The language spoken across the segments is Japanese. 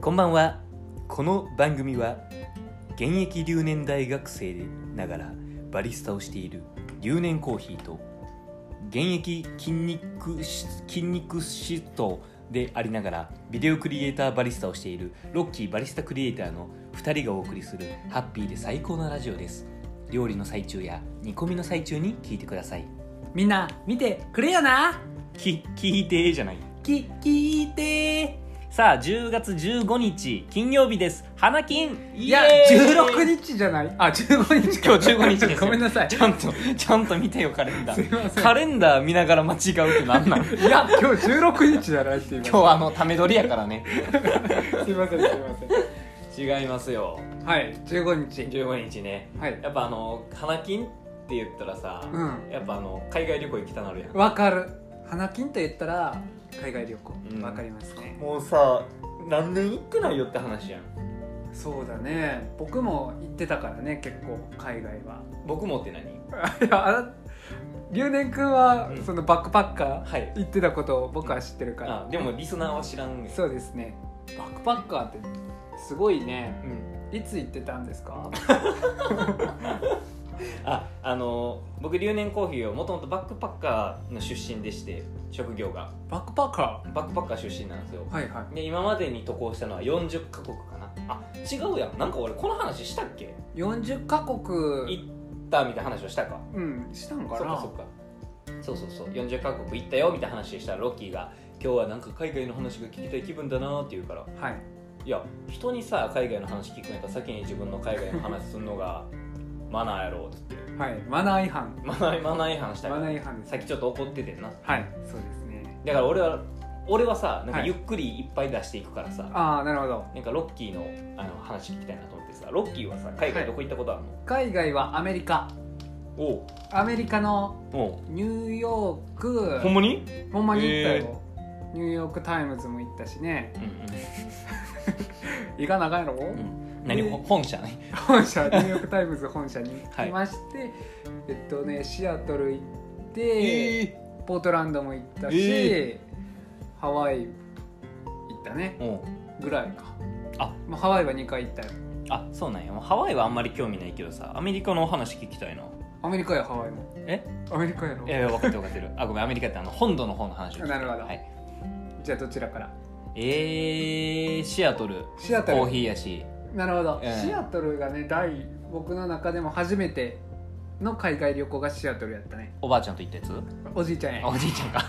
こんばんはこの番組は現役留年大学生でながらバリスタをしている留年コーヒーと現役筋肉し筋肉シストでありながらビデオクリエイターバリスタをしているロッキーバリスタクリエイターの2人がお送りするハッピーで最高なラジオです料理の最中や煮込みの最中に聞いてくださいみんな見てくれよなき聞いてじゃないき聞いてさあ10月15日金曜日です花金いや16日じゃないあ15日 今日15日ですよごめんなさいちゃんとちゃんと見てよカレンダすいまーせんカレンダー見ながら間違うってなんなんいや今日16日じゃないって言い ま今日はあのため撮りやからねすすいませんすいませ違いますよんはい15日15日ねはいやっぱあの花金って言ったらさ、うんやっぱあの海外旅行行きたなるやんわかる花金と言ったら海外旅行うんわ、かりますねもうさ何年行ってないよって話やんそうだね僕も行ってたからね結構海外は僕もって何 いやあら留年君は、うんそのバックパッカーはい行ってたことを僕は知ってるから、あでもリスナーは知らんねそうですねバックパッカーってすごいねうんいつ行ってたんですかああの僕留年コーヒーをもともとバックパッカーの出身でして職業がバックパッカバックパッカー出身なんですよーはいはで今までに渡航したのは40カ国かなあ違うやんなんか俺この話したっけい40カ行国ったみたいな話をしたかうんしたんかそっなかそっかそうそうそう40カ国行ったよみたいな話したらロッキーが「今日はなんか海外の話が聞きたい気分だな」って言うからはいいや人にさ海外の話聞くんやったら先に自分の海外の話すんのがマナーやろうっつってはいマナー違反マナーマナー違反したマかナらー違反ですさっきちょっと怒っててんなはいそうですねだから俺は俺はさなんかはいゆっくりいっぱい出していくからさ、ああなるほどなんかロッキーのあの話聞きたいなと思ってさロッキーはさ海外はいどこ行ったことあるの、海外はアメリカおうアメリカのおニューヨークうほんまに、ほんまに行ったよ、ニューヨーク・タイムズも行ったしねうん行かなあかんやうろ、ん、何、でほ本社ね本社ニューヨーク・タイムズ本社に行きま して、えっとねシアトル行って、ポートランドも行ったし、えハワイ行ったねおうぐらいかあまあ、ハワイは2回行ったよあそうなんやもうハワイはあんまり興味ないけどさアメリカのお話聞きたいなアメリカやハワイもえアメリカやろいやいや分かってる分かってるあごめんアメリカってあの本土の方の話ですなるほどはい、じゃあどちらからえー、シアトルシアトルコーヒーやしなるほど、ええシアトルがね第僕の中でも初めての海外旅行がシアトルやったねおばあちゃんと行ったやつおじいちゃんあやおじいち ゃんか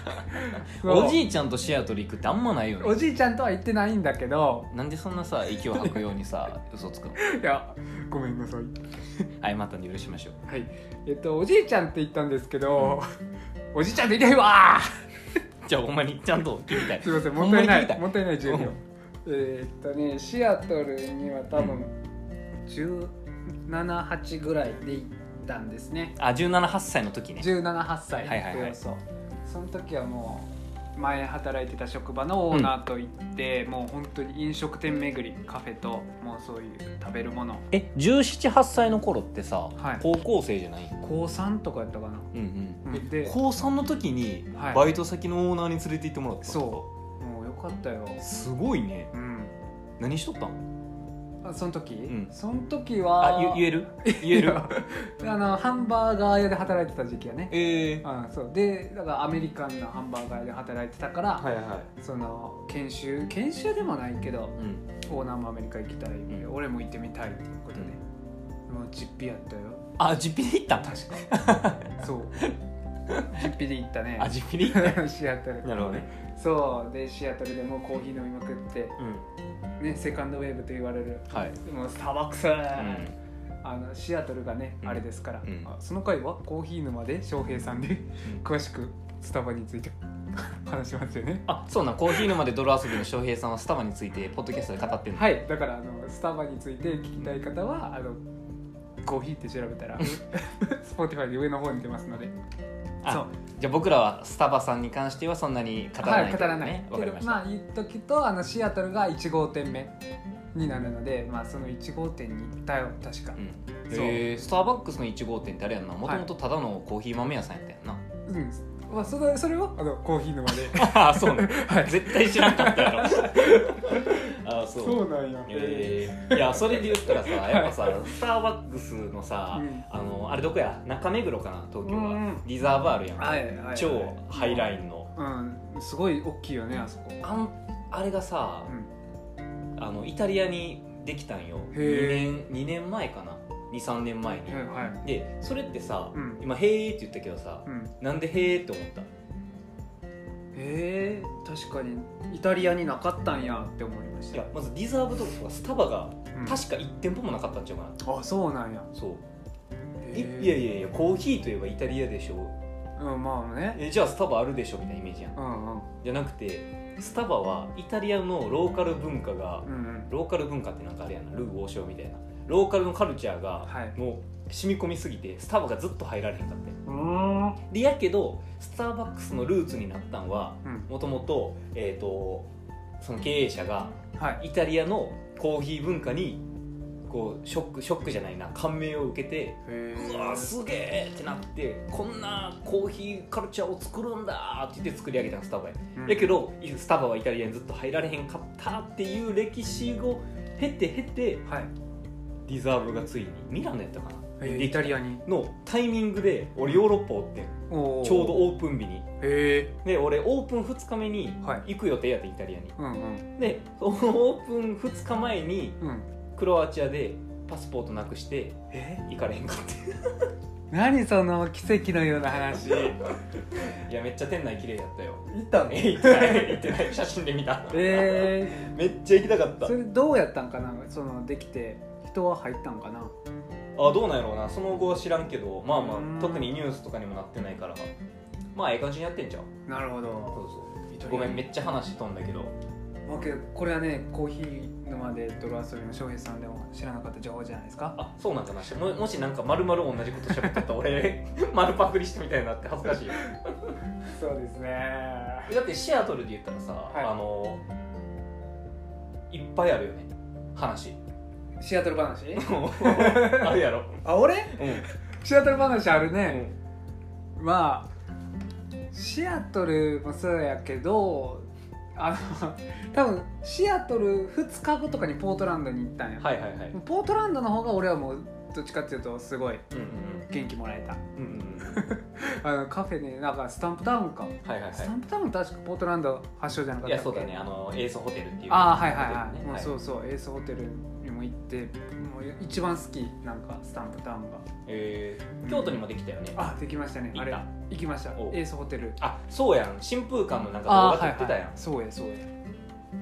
そうおじいちゃんとシアトル行くってあんまないよねおじいちゃんとは行ってないんだけどなんでそんなさ息を吐くように さ嘘つくのいやごめんなさい謝ったんで許しましょうはい、えっと、おじいちゃんって言ったんですけど、おじいちゃんできないわじゃあほんまにちゃんと聞きた いーすいません、ほもんっまたにい聞なきたい、いもったいない10秒。うんえーっとね、シアトルには多分、17、8ぐらいで行ったんですね。あ178歳の時ね17、8歳はいはいはいそうその時はもう、前働いてた職場のオーナーと行って、もう本当に飲食店巡り、カフェと、もうそういう食べるもの、え178歳の頃ってさ、はい高校生じゃない高3とかやったかな。うんうんうんで高3の時にはいバイト先のオーナーに連れて行ってもらったそもうよかったよ。すごいねうん何しとったんあその時、んその時あはゆ言える言えいるやあのハンバーガー屋で働いてた時期やねええうん、そうでだからアメリカンのハンバーガー屋で働いてたから、はいはその研修研修でもないけどい、うん、オーナーもアメリカ行きたい、ん俺も行ってみたいっていうことで、もう実費やったよあ実費で行ったん確か そう実費で行ったねあ実費で行っ シアトル たなるほどねそうでシアトルでもうコーヒー飲みまくってうんねセカンドウェーブと言われるはい、もうスターバックス、うんあのシアトルがね、うんあれですから、うんあその回はコーヒー沼で翔平さんで詳しくスタバについて 話しますよねあそうなんコーヒー沼で泥遊びの翔平さんはスタバについてポッドキャストで語ってんのはいだからあのスタバについて聞きたい方はあのコーヒーって調べたら Spotify で上の方に出ますのであそうじゃあ僕らはスタバさんに関してはそんなに語らないはけどい語らない、ねわ、かけりどました、まあ言っとくとあのシアトルが1号店目になるので、まあ、その1号店に行ったよ確かう、んそうえースターバックスの1号店ってあれやんなもとはいもとただのコーヒー豆屋さんやったやんな、うんまあ、そのそれはあのコーヒー沼でああそうね、絶対知らんかったや ろあ あそうそうなんや、えーいやそれで言ったらさやっぱさスターバックスのさ、うんあのあれどこや中目黒かな東京は、うんリザーバーあるやん、はいはいはい超ハイラインの、うんすごい大きいよねあそこあんあれがさう、んあのイタリアにできたんよへ2ー年二年前かな23年前に、はいはいでそれってさ、うん今「へーって言ったけどさ、うんなんで「へーって思ったえー、確かにイタリアになかったんやって思いましいたやまずリザーブとかスタバがうん確か1店舗もなかったんちゃうかなあそうなんやそういえーいやいやいやコーヒーといえばイタリアでしょうんまあねえじゃあスタバあるでしょみたいなイメージやんうんうんじゃなくてスタバはイタリアのローカル文化がうんうんローカル文化ってなんかあれやなルー王将みたいなローカルのカルチャーがはいもう染み込みすぎてスタバがずっと入られへんかったんやうーんでやけどスターバックスのルーツになったんはうんもともとえっ、とその経営者がはいイタリアのコーヒー文化にこうショックショックじゃないな感銘を受けてへうーわーすげえってなってこんなコーヒーカルチャーを作るんだーって言って作り上げたのスタバや、うんやけどスタバはイタリアにずっと入られへんかったっていう歴史を経て経てはいディザーブがついにミラノやったかな、えーでイタリアにのタイミングで俺ヨーロッパおってんちょちょうどオープン日にへで俺オープン2日目にえはい行く予定やってイタリアにうんうんで そのオープン2日前にうんクロアチアでパスポートなくしてえ行かれへんかっ何その奇跡のような話て いやめっちゃ店内綺麗やったよ見たのえ 行ってない行ってない写真で見たえめっちゃ行きたかっー、たそれどうやったんかなそのできて人は入ったんかなあどうなんやろうなその後は知らんけどまあうまんあ特にニュースとかにもなってないからまあええ感じにやってんじゃんなるほどそうそうごめんめっちゃ話飛んだけどオッケーこれはねコーヒー沼で泥遊びの翔平さんでも知らなかった情報じゃないですかあそうなんかなももしなんか丸々同じこと喋ってたら俺 丸パクリしたみたいになって恥ずかしいよそうですねだってシアトルで言ったらさ、いあのいっぱいあるよね話シアトル話 あるやろ あ俺うん、シアトル話あるうね、ん、まあシアトルもそうやけどあの多分シアトル2日後とかにポートランドに行ったんや、はいはいはいポートランドの方が俺はもうどっちかっていうとすごいうん元気もらえたうんうんうんうんあのカフェねなんかスタンプタウンかはい はいはスいタンプタウン確かポートランド発祥じゃなかっいたっやけそうだねあのエースホテルっていうああはいはいはい、もうそそうそうエースホテルにも行ってもう一番好きなんかスタンプタウンがえー京都にもできたよねあできましたね行あっれた行きましたエおースホテルあそうやん新風館のなんかあ動ー画撮ってたやん、そうやそうや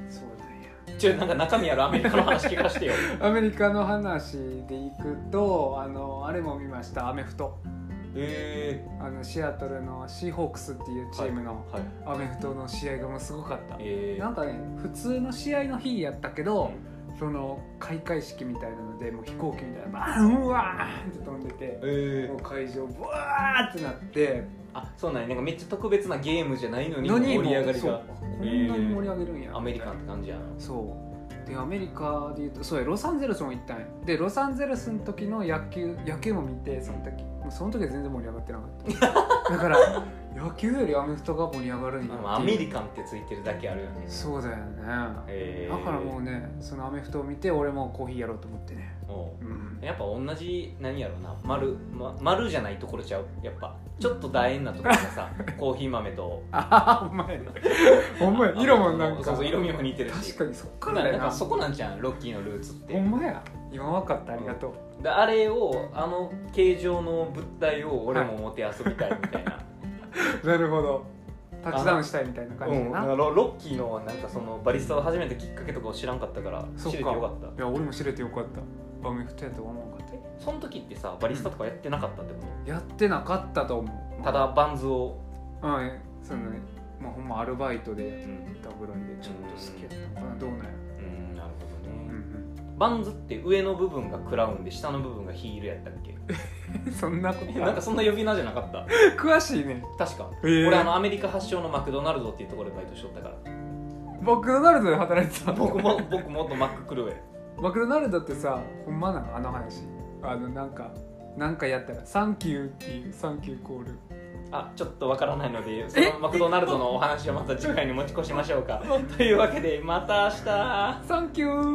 そうなんやちょなんか中身あるアメリカの話聞かしてよ アメリカの話でいくとあのあれも見ましたアメフトえあのシアトルのシーホークスっていうチームのはいアメフトの試合がもうすごかった、えー、なんかね普通の試合の日やったけど、その開会式みたいなのでもう飛行機みたいなバーンうわーって飛んでてえもーう、会場ブワーってなってあそうなんやなんかめっちゃ特別なゲームじゃないのにのに盛り上がりそうがこんなに盛り上げるんや、アメリカンって感じやなそうでアメリカでいうとそうやロサンゼルスも行ったんやでロサンゼルスの時の野球野球も見てその時もうその時は全然盛り上がってな かっただから野球よりアメフトが盛り上がるんやっていうアメリカンってついてるだけあるよねそうだよねえだからもうねそのアメフトを見て俺もコーヒーやろうと思ってねうおううんやっぱ同じ何やろうな丸、ま、丸じゃないところちゃうやっぱちょっと楕円なところが さコーヒー豆とあ あお前お前色もなんかそうそう色味も似てるし確かにそっかならんだかよなそこなんじゃんロッキーのルーツってほんまや今わかったありがとう、であれをあの形状の物体を俺も持て遊びたいみたいな,なるほどタッチダウンしたいみたい な感うん、じだだかな、いらロロッキーのなんかそのバリスタを始めたきっかけとかを知らんかったから知それっかてよかったや俺も知れてよかったアメフトやとは思わなかっえその時ってさバリスタとかやってなかったってこたやってなかったと思とうただバンズを、うんそのねまあほんまアルバイトうでんやったぐらいでちょっと好きやったのかなどうなんやうんなるほどね、うんバンズって上の部分がクラウンで下の部分がヒールやったっけうん そんなことえ なんかそんな呼び名じゃなかった詳しいね確か、えー俺あのアメリカ発祥のマクドナルドっていうところでバイトしとったからマクドナルドで働いて た僕も僕もっとマッククルエ マクドナルドってさほんまなのあの話あのなんかなんかやったら「サンキュー」っていう「サンキューコール」あちょっとわからないのでそのマクド ナルドのお話をまた次回に持ち越しましょうかというわけでまた明日サンキュー